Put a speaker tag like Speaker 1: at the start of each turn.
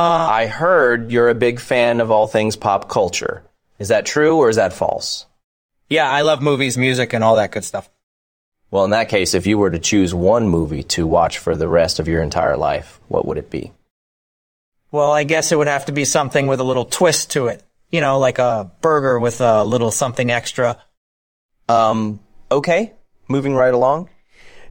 Speaker 1: I heard you're a big fan of all things pop culture. Is that true or is that false?
Speaker 2: Yeah, I love movies, music, and all that good stuff.
Speaker 1: Well, in that case, if you were to choose one movie to watch for the rest of your entire life, what would it be?
Speaker 2: Well, I guess it would have to be something with a little twist to it. You know, like a burger with a little something extra.
Speaker 1: Um, okay. Moving right along.